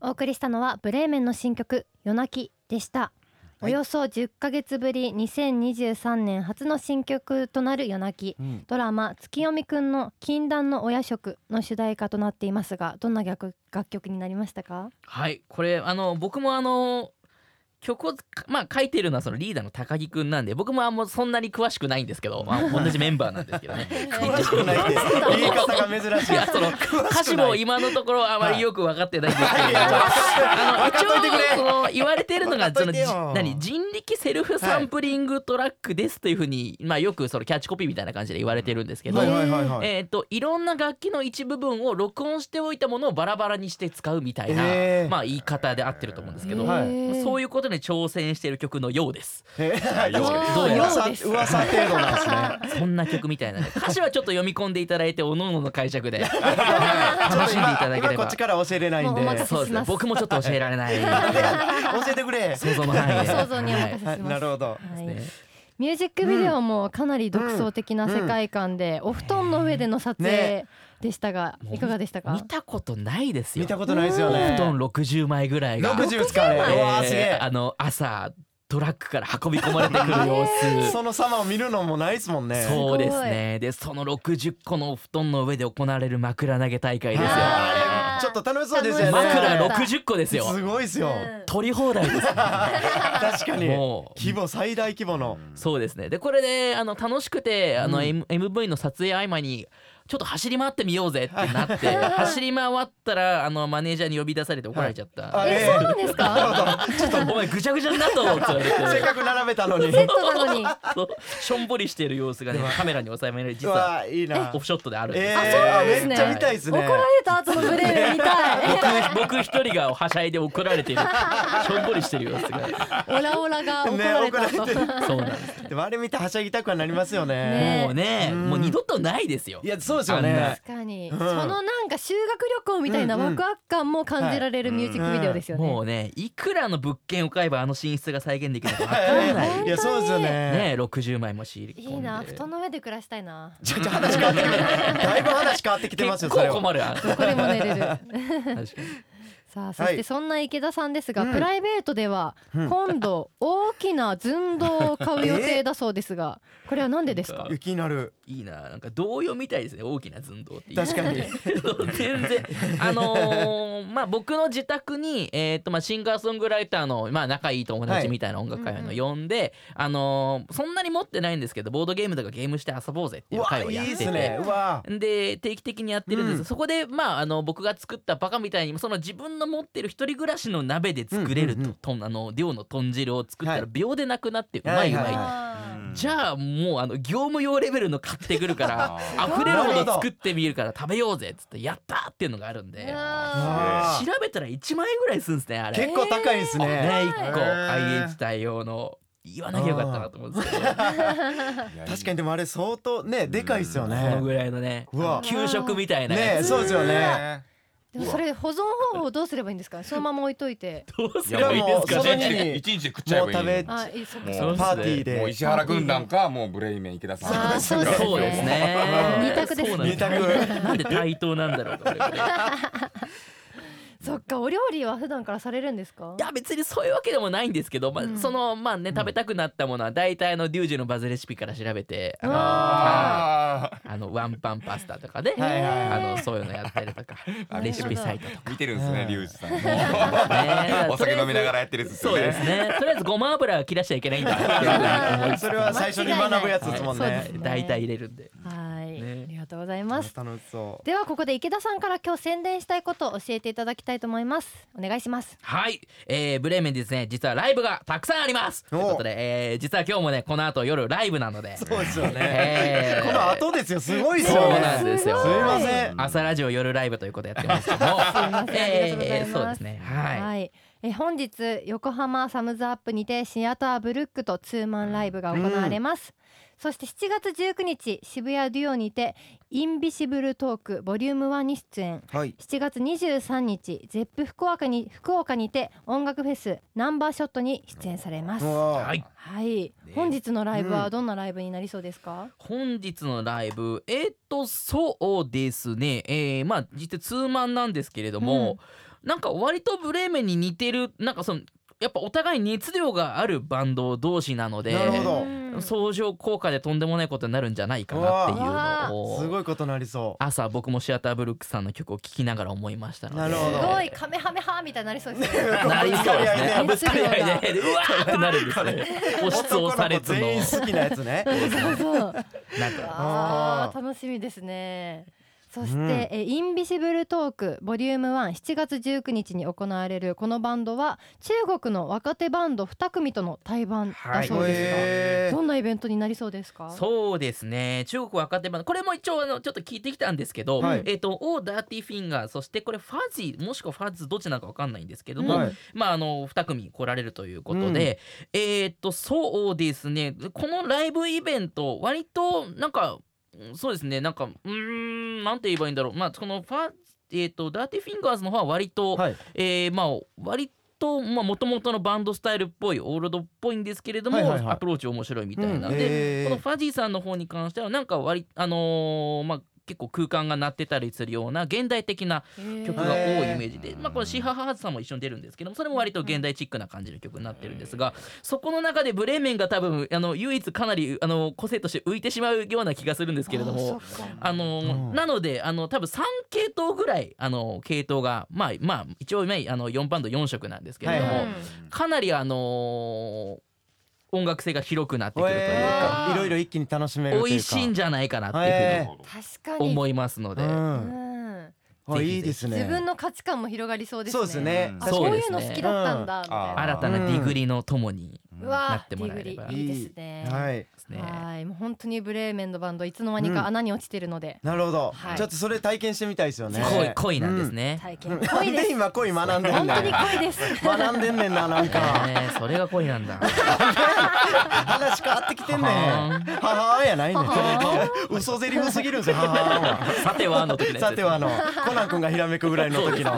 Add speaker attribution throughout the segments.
Speaker 1: お送りしたのはブレーメンの新曲「夜泣き」でした、
Speaker 2: はい
Speaker 1: およそ10ヶ月ぶり2023年初の新曲となる「夜泣き」
Speaker 2: うん、
Speaker 1: ドラマ「月読みくんの禁断の親食」の主題歌となっていますがどんな楽楽曲になりましたか
Speaker 3: はいこれあの僕もあの曲をまあ書いてるのはそのリーダーの高木くんなんで僕もあんまそんなに詳しくないんですけど、まあ、同じメンバーなんですけど ね
Speaker 2: 詳しくないって言い方が珍しい
Speaker 3: いやその歌詞も今のところあまりよく分かってないんですけど、 あ
Speaker 2: 分
Speaker 3: の
Speaker 2: かっといてくれ
Speaker 3: 一応その言われてるのが
Speaker 2: 分かっと
Speaker 3: その
Speaker 2: い
Speaker 3: じ
Speaker 2: てよ
Speaker 3: 何人力セルフサンプリングトラックですというふうに、まあ、よくそのキャッチコピーみたいな感じで言われてるんですけど、
Speaker 2: はいはいはいはい
Speaker 3: えー、といろんな楽器の一部分を録音しておいたものをバラバラにして使うみたいな、
Speaker 2: へー
Speaker 3: まあ、言い方で合ってると思うんですけど、
Speaker 2: はい
Speaker 3: そういうことに挑戦してる曲のようです。
Speaker 2: えー
Speaker 4: よう
Speaker 3: どうやら
Speaker 2: 噂噂程度なんですね
Speaker 3: そんな曲みたい なね歌詞はちょっと読み込んでいただいておのおのの解釈で楽しんでいただけ
Speaker 2: 今
Speaker 3: れ
Speaker 2: こっ
Speaker 3: ば
Speaker 2: ち。から教えれないんで
Speaker 1: もうお任せ
Speaker 3: そうです
Speaker 1: し
Speaker 3: ね
Speaker 1: ます
Speaker 3: 僕もちょっと教え られない
Speaker 2: 教えてくれ
Speaker 3: 想像の範囲で
Speaker 1: 想像にお任せし
Speaker 2: は
Speaker 1: ま
Speaker 2: い
Speaker 1: す、
Speaker 2: なるほど
Speaker 1: はい
Speaker 3: ね
Speaker 1: ミュージックビデオもかなり独創的な世界観で、お布団の上での撮影
Speaker 2: ね
Speaker 1: でしたが、
Speaker 3: もう
Speaker 1: いかがでしたか
Speaker 3: 見たことないですよ
Speaker 2: 見たことないですよね
Speaker 3: 布団60枚ぐらいが
Speaker 2: 60使うねうわーすげえ
Speaker 3: えーあの朝トラックから運び込まれてくる様子
Speaker 2: その様を見るのもないですもんね
Speaker 3: そうですねでその60個のお布団の上で行われる枕投げ大会ですよ
Speaker 2: あーあれちょっと楽しそうですよね
Speaker 3: 枕60個ですよ
Speaker 2: すごいですよ
Speaker 3: 取り放題です
Speaker 2: 確かに
Speaker 3: もう
Speaker 2: 規模最大規模の
Speaker 3: そうですねでこれであの楽しくてあの、
Speaker 2: うん
Speaker 3: M MV の撮影合間にちょっと走り回ってみようぜってな って走り回ったらあのマネージャーに呼び出されて怒られちゃった、
Speaker 2: あ
Speaker 1: え
Speaker 2: れ
Speaker 1: そうなんですか
Speaker 3: ちょっとお前ぐちゃぐちゃになったぞって言 わ
Speaker 2: せって
Speaker 3: れ
Speaker 2: かく並べたのに
Speaker 1: セットなのに
Speaker 3: そうしょんぼりしてる様子がねカメラに収められ
Speaker 2: う
Speaker 3: 実は
Speaker 2: わーいいな
Speaker 3: オフショットであるんです
Speaker 2: え
Speaker 3: よ、
Speaker 1: そうなんです
Speaker 2: ー
Speaker 1: ね
Speaker 2: めっちゃ見たいです
Speaker 1: 怒
Speaker 2: ね
Speaker 1: られた後のブレーメン見たい
Speaker 3: 僕僕一人がはしゃいで怒られ てるしょんぼりしてる様子が
Speaker 1: オラオラが怒られた
Speaker 2: ね怒
Speaker 1: 後、
Speaker 2: られてる
Speaker 3: そうなんです、
Speaker 2: でもあれ見てはしゃぎたくはなりますよ
Speaker 1: ね
Speaker 2: ね
Speaker 3: もうねもう二度とないですよ
Speaker 2: いやそうですよね
Speaker 1: 確かに、
Speaker 2: うん
Speaker 1: そのなんか修学旅行みたいな
Speaker 2: うんう
Speaker 1: ワ
Speaker 2: ん
Speaker 1: クワク感も感じられるミュージックビデオですよね、
Speaker 3: もうねいくらの物件を買えばあの寝室が再現できるのか分か らない
Speaker 2: いやそうですよね
Speaker 3: ね60枚も仕入れ込んで
Speaker 1: いいな布団の上で暮らしたいな
Speaker 2: ちょっと話変わって くるだいぶ話変わってきてます
Speaker 3: 結
Speaker 2: よそれ
Speaker 3: 構
Speaker 2: は
Speaker 3: 困るわ
Speaker 1: これも寝れる
Speaker 3: 確かに
Speaker 1: さあそし
Speaker 2: は
Speaker 1: て
Speaker 2: い
Speaker 1: そんな池田さんですが、
Speaker 2: うん
Speaker 1: プライベートでは
Speaker 2: うん
Speaker 1: 今度大きな寸胴を買う予定だそうです が、これはなんでですか
Speaker 3: なん
Speaker 2: いや気になる
Speaker 3: いいななんか童謡みたいですね大きな寸胴っていう
Speaker 2: 確かに
Speaker 3: 全然あのーまあ僕の自宅に、えーとまあ、シンガーソングライターの、まあ、仲いい友達みたいな音楽会の
Speaker 1: はい
Speaker 3: 呼んで、あのーそんなに持ってないんですけどボードゲームとかゲームして遊ぼうぜって
Speaker 2: う
Speaker 3: いう
Speaker 2: わ
Speaker 3: 会を
Speaker 2: い
Speaker 3: やっ
Speaker 2: い
Speaker 3: て
Speaker 2: ってすねうわ
Speaker 3: で定期的にやってるんです、
Speaker 2: うん
Speaker 3: そこでまああの僕が作ったバカみたいにその自分の持ってる一人暮らしの鍋で作れると、
Speaker 2: うんうんうん
Speaker 3: とんあの量の豚汁を作った
Speaker 2: は
Speaker 3: ら
Speaker 2: い
Speaker 3: 秒でなくなってうま
Speaker 2: はいいうはい
Speaker 3: まいって。
Speaker 4: うん
Speaker 3: じゃあもうあの業務用レベルの買ってくるから
Speaker 4: あ
Speaker 3: 溢れるほど作ってみるから食べようぜっつってやったーっていうのがあるんで
Speaker 2: あ
Speaker 3: 調べたら1万円ぐらいするんですねあれ
Speaker 2: 結構高いですね、
Speaker 3: ね1個
Speaker 2: へー
Speaker 3: IH 対応の言わなきゃよかったなと思うんですけど
Speaker 2: 確かにでもあれ相当ねでかいですよ
Speaker 3: この
Speaker 2: ね
Speaker 3: ぐらいのね
Speaker 2: うわ
Speaker 3: 給食みたいな
Speaker 2: ね
Speaker 3: やつ
Speaker 2: そうですよね
Speaker 1: でもそれ保存方法どうすればいいんですかそのまま置いといて
Speaker 3: どうすれば いいです
Speaker 2: いやも
Speaker 3: か
Speaker 2: うその
Speaker 3: ね
Speaker 2: 日に
Speaker 4: 一日で食っちゃえばい
Speaker 2: も
Speaker 4: い
Speaker 2: う食べ
Speaker 1: あいいそっか
Speaker 4: も
Speaker 1: そっ
Speaker 4: う
Speaker 3: う
Speaker 2: パーティー
Speaker 4: もう
Speaker 2: で
Speaker 4: 石原軍団かもうブレイメン池田
Speaker 1: かあ
Speaker 4: さん
Speaker 1: ーそうですね
Speaker 3: そうですね
Speaker 1: 二択ですね
Speaker 3: そうなん
Speaker 2: 二択
Speaker 3: なんで対等なんだろうこれこれ
Speaker 1: そっかお料理は普段からされるんですか
Speaker 3: いや別にそういうわけでもないんですけど、まあ
Speaker 1: うん
Speaker 3: そのまあね食べたくなったものは大体あのリュウジのバズレシピから調べてあの
Speaker 1: あ
Speaker 4: あ
Speaker 3: あのワンパンパスタとかで、
Speaker 2: はいはい
Speaker 3: あのそういうのやったりと か
Speaker 4: あ
Speaker 3: レシピサイトと
Speaker 4: ー見てるんです
Speaker 2: う
Speaker 4: ね
Speaker 2: ん
Speaker 4: リュウジさんも
Speaker 3: かね
Speaker 4: お酒飲みながら
Speaker 3: ら
Speaker 4: やってるやつですよ
Speaker 3: そうですねとりあえずごま油は切らしちゃいけないんだ
Speaker 1: ー
Speaker 2: それは最初に学ぶやつですもん
Speaker 1: 間違いないそう
Speaker 2: ね
Speaker 1: ですね
Speaker 3: 大体入れるんで
Speaker 1: はい、
Speaker 3: ね
Speaker 1: ありがとうございます
Speaker 2: 楽しそう
Speaker 1: ではここで池田さんから今日宣伝したいことを教えていただきたいと思いますお願いします
Speaker 3: はい、えー、ブレーメンですね実はライブがたくさんありますと
Speaker 2: お
Speaker 3: いうことで、えー、実は今日もねこの後夜ライブなので
Speaker 2: そうですよね
Speaker 3: えー
Speaker 2: この後ですよすごいです
Speaker 3: そう
Speaker 2: よ
Speaker 3: なん
Speaker 2: ね
Speaker 3: ですよ。
Speaker 2: すいません
Speaker 3: 朝ラジオ夜ライブということやってますけども。
Speaker 1: せんありがとうございます
Speaker 3: えーそうですね。は
Speaker 1: はい、え本日横浜サムズアップにてシアターブルックとツーマンライブが行われます、そして7月19日渋谷デュオにてインビシブルトークボリューム1に出演
Speaker 2: はい
Speaker 1: 7月23日ゼップ福岡に福岡にて音楽フェスナンバーショットに出演されます
Speaker 2: う
Speaker 1: は
Speaker 3: は
Speaker 2: わ
Speaker 3: い。
Speaker 1: い、
Speaker 3: ね
Speaker 1: 本日のライブ
Speaker 2: う
Speaker 1: は
Speaker 2: ん
Speaker 1: どんなライブになりそうですか、
Speaker 3: 本日のライブ、えっ、と、そうですね。えーまあ、実はツーマンなんですけれども、なんか割とブレーメンに似てるなんかそのやっぱお互い熱量があるバンド同士なので
Speaker 2: なるほど
Speaker 1: うん
Speaker 3: 相乗効果でとんでもないことになるんじゃないかなっていうのを
Speaker 2: すごいことなりそう
Speaker 3: 朝僕もシアターブルックさんの曲を聴きながら思いましたので
Speaker 2: なるほど
Speaker 1: すごいカメハメハみたいになりそうですね。
Speaker 3: なりそうですね
Speaker 1: ぶつかり合いね
Speaker 3: ぶつかり合いでうわーってなるんですね押しつ押されつの
Speaker 2: 男の子全員好きなやつ ね
Speaker 1: そうそう。
Speaker 3: なんか
Speaker 1: あ
Speaker 2: あ
Speaker 1: あ楽しみですね。そして、
Speaker 2: うん
Speaker 1: えインビシブルトークボリューム17月19日に行われるこのバンドは中国の若手バンド2組との対バンだ
Speaker 3: はい
Speaker 1: そうですが、
Speaker 2: へー
Speaker 1: どんなイベントになりそうですか？
Speaker 3: そうですね中国若手版これも一応あのちょっと聞いてきたんですけど、
Speaker 2: はい
Speaker 3: えっ、と「オーダーティフィンガー」そしてこれファジーもしくはファズどっちなのかわかんないんですけども、
Speaker 2: はい
Speaker 3: まああの2組来られるということで、えーっとそうですねこのライブイベント割となんかうんそうですねなんかうーんなんて言えばいいんだろうまあこのファえーっとダーティフィンガーズの方は割と、
Speaker 2: はい
Speaker 3: えーまあ割とまあ元々のバンドスタイルっぽいオールドっぽいんですけれども、
Speaker 2: はいはいはい
Speaker 3: アプローチ面白いみたいな、
Speaker 2: うん
Speaker 3: で、
Speaker 2: へー
Speaker 3: このファジーさんの方に関してはなんか割あのーまあ結構空間が鳴ってたりするような現代的な曲が多いイメージで、
Speaker 4: へー
Speaker 3: まあ、このシーハーハーズさんも一緒に出るんですけどもそれも割と現代チックな感じの曲になってるんですがそこの中でブレーメンが多分あの唯一かなりあの個性として浮いてしまうような気がするんですけれども。あの
Speaker 2: うん
Speaker 3: なのであの多分3系統ぐらいあの系統がまあまあ一応今あの4バンド4色なんですけれども、
Speaker 2: はいはい
Speaker 3: かなりあの音楽性が広くなってくるというか、
Speaker 2: えーいろいろ一気に楽しめるというか
Speaker 3: 美味しいんじゃないかなっていう
Speaker 2: へ
Speaker 3: ふう
Speaker 1: 確か
Speaker 3: に
Speaker 1: に。
Speaker 3: 思いますので、
Speaker 2: うん
Speaker 1: うん
Speaker 2: あいいですね
Speaker 1: 自分の価値観も広がりそうですね。
Speaker 2: そうですね
Speaker 1: あ
Speaker 2: 確
Speaker 1: そ
Speaker 2: か
Speaker 1: う
Speaker 2: に
Speaker 1: いうの好きだったんだみたい
Speaker 4: うん
Speaker 1: な。
Speaker 4: あ
Speaker 3: 新たなディグリのともに
Speaker 1: う
Speaker 3: な
Speaker 1: わ
Speaker 3: って
Speaker 1: ー
Speaker 3: も
Speaker 1: デ
Speaker 3: らえれ
Speaker 1: ィ
Speaker 3: ば
Speaker 1: グリいいですね。
Speaker 2: はい
Speaker 3: ですね。
Speaker 1: はい、もう本当にブレーメンのバンドいつの間にか穴に落ちてるので、
Speaker 2: なるほど
Speaker 1: はい
Speaker 2: ちょっとそれ体験してみたいですよね
Speaker 3: 恋恋なんですね。
Speaker 1: 体
Speaker 2: うん
Speaker 1: 験濃いで。
Speaker 2: なんです今恋学んでん
Speaker 1: 本当に
Speaker 2: だ
Speaker 1: 濃いです。
Speaker 2: 学んでんねんななんか
Speaker 3: ねそれが恋なんだ。
Speaker 2: 話変わってきてんねん
Speaker 3: は
Speaker 2: ははーやないね
Speaker 1: はは
Speaker 2: ん嘘ゼリフすぎるんですよ ははーは
Speaker 3: さてはあの時のやつですね
Speaker 2: さてはあのコナン君がひらめくぐらいの時の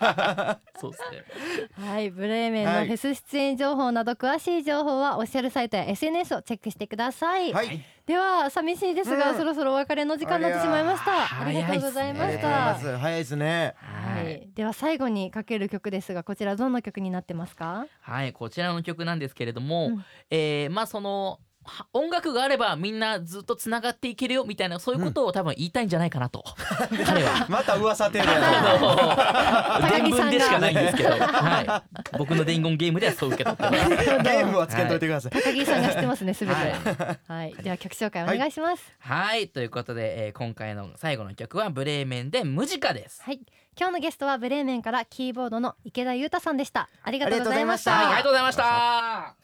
Speaker 3: そうですね。
Speaker 1: はい、ブレーメンのフェス出演情報など詳しい情報はオフィシャルサイトや SNS をチェックしてください。
Speaker 2: はい
Speaker 1: では寂しいですが、
Speaker 2: うん
Speaker 1: そろそろお別れの時間になってしまいました。あ
Speaker 3: あり
Speaker 1: り
Speaker 3: ゃ
Speaker 1: がとうございま
Speaker 2: あり
Speaker 1: し
Speaker 2: がとうござい
Speaker 1: た
Speaker 2: ま。す早いですね
Speaker 1: は
Speaker 3: はい。
Speaker 1: い、では最後にかける曲ですが、こちらどんな曲になってますか？
Speaker 3: はい、こちらの曲なんですけれども、
Speaker 1: うん
Speaker 3: えーまあそのは音楽があればみんなずっとつながっていけるよみたいなそういうことを多分言いたいんじゃないかなと、彼は。
Speaker 2: また噂程度 やな
Speaker 3: あの
Speaker 1: 高木
Speaker 3: 伝
Speaker 1: さんが
Speaker 3: 聞でしかないんですけど、はい、僕の伝言ゲームではそう受け取ってます
Speaker 2: ゲームはつけといてください
Speaker 1: 高木さんが知ってますね、すべて。
Speaker 3: はい
Speaker 1: はい、では曲紹介お願いします。
Speaker 3: はいということで、えー今回の最後の曲は「ブレーメン」で「無ジカ」です。
Speaker 1: はい、今日のゲストはブレーメンからキーボードの池田裕太さんでした。ありがとうございまし
Speaker 2: ありがとうございましたた。
Speaker 3: はい、ありがとうございました。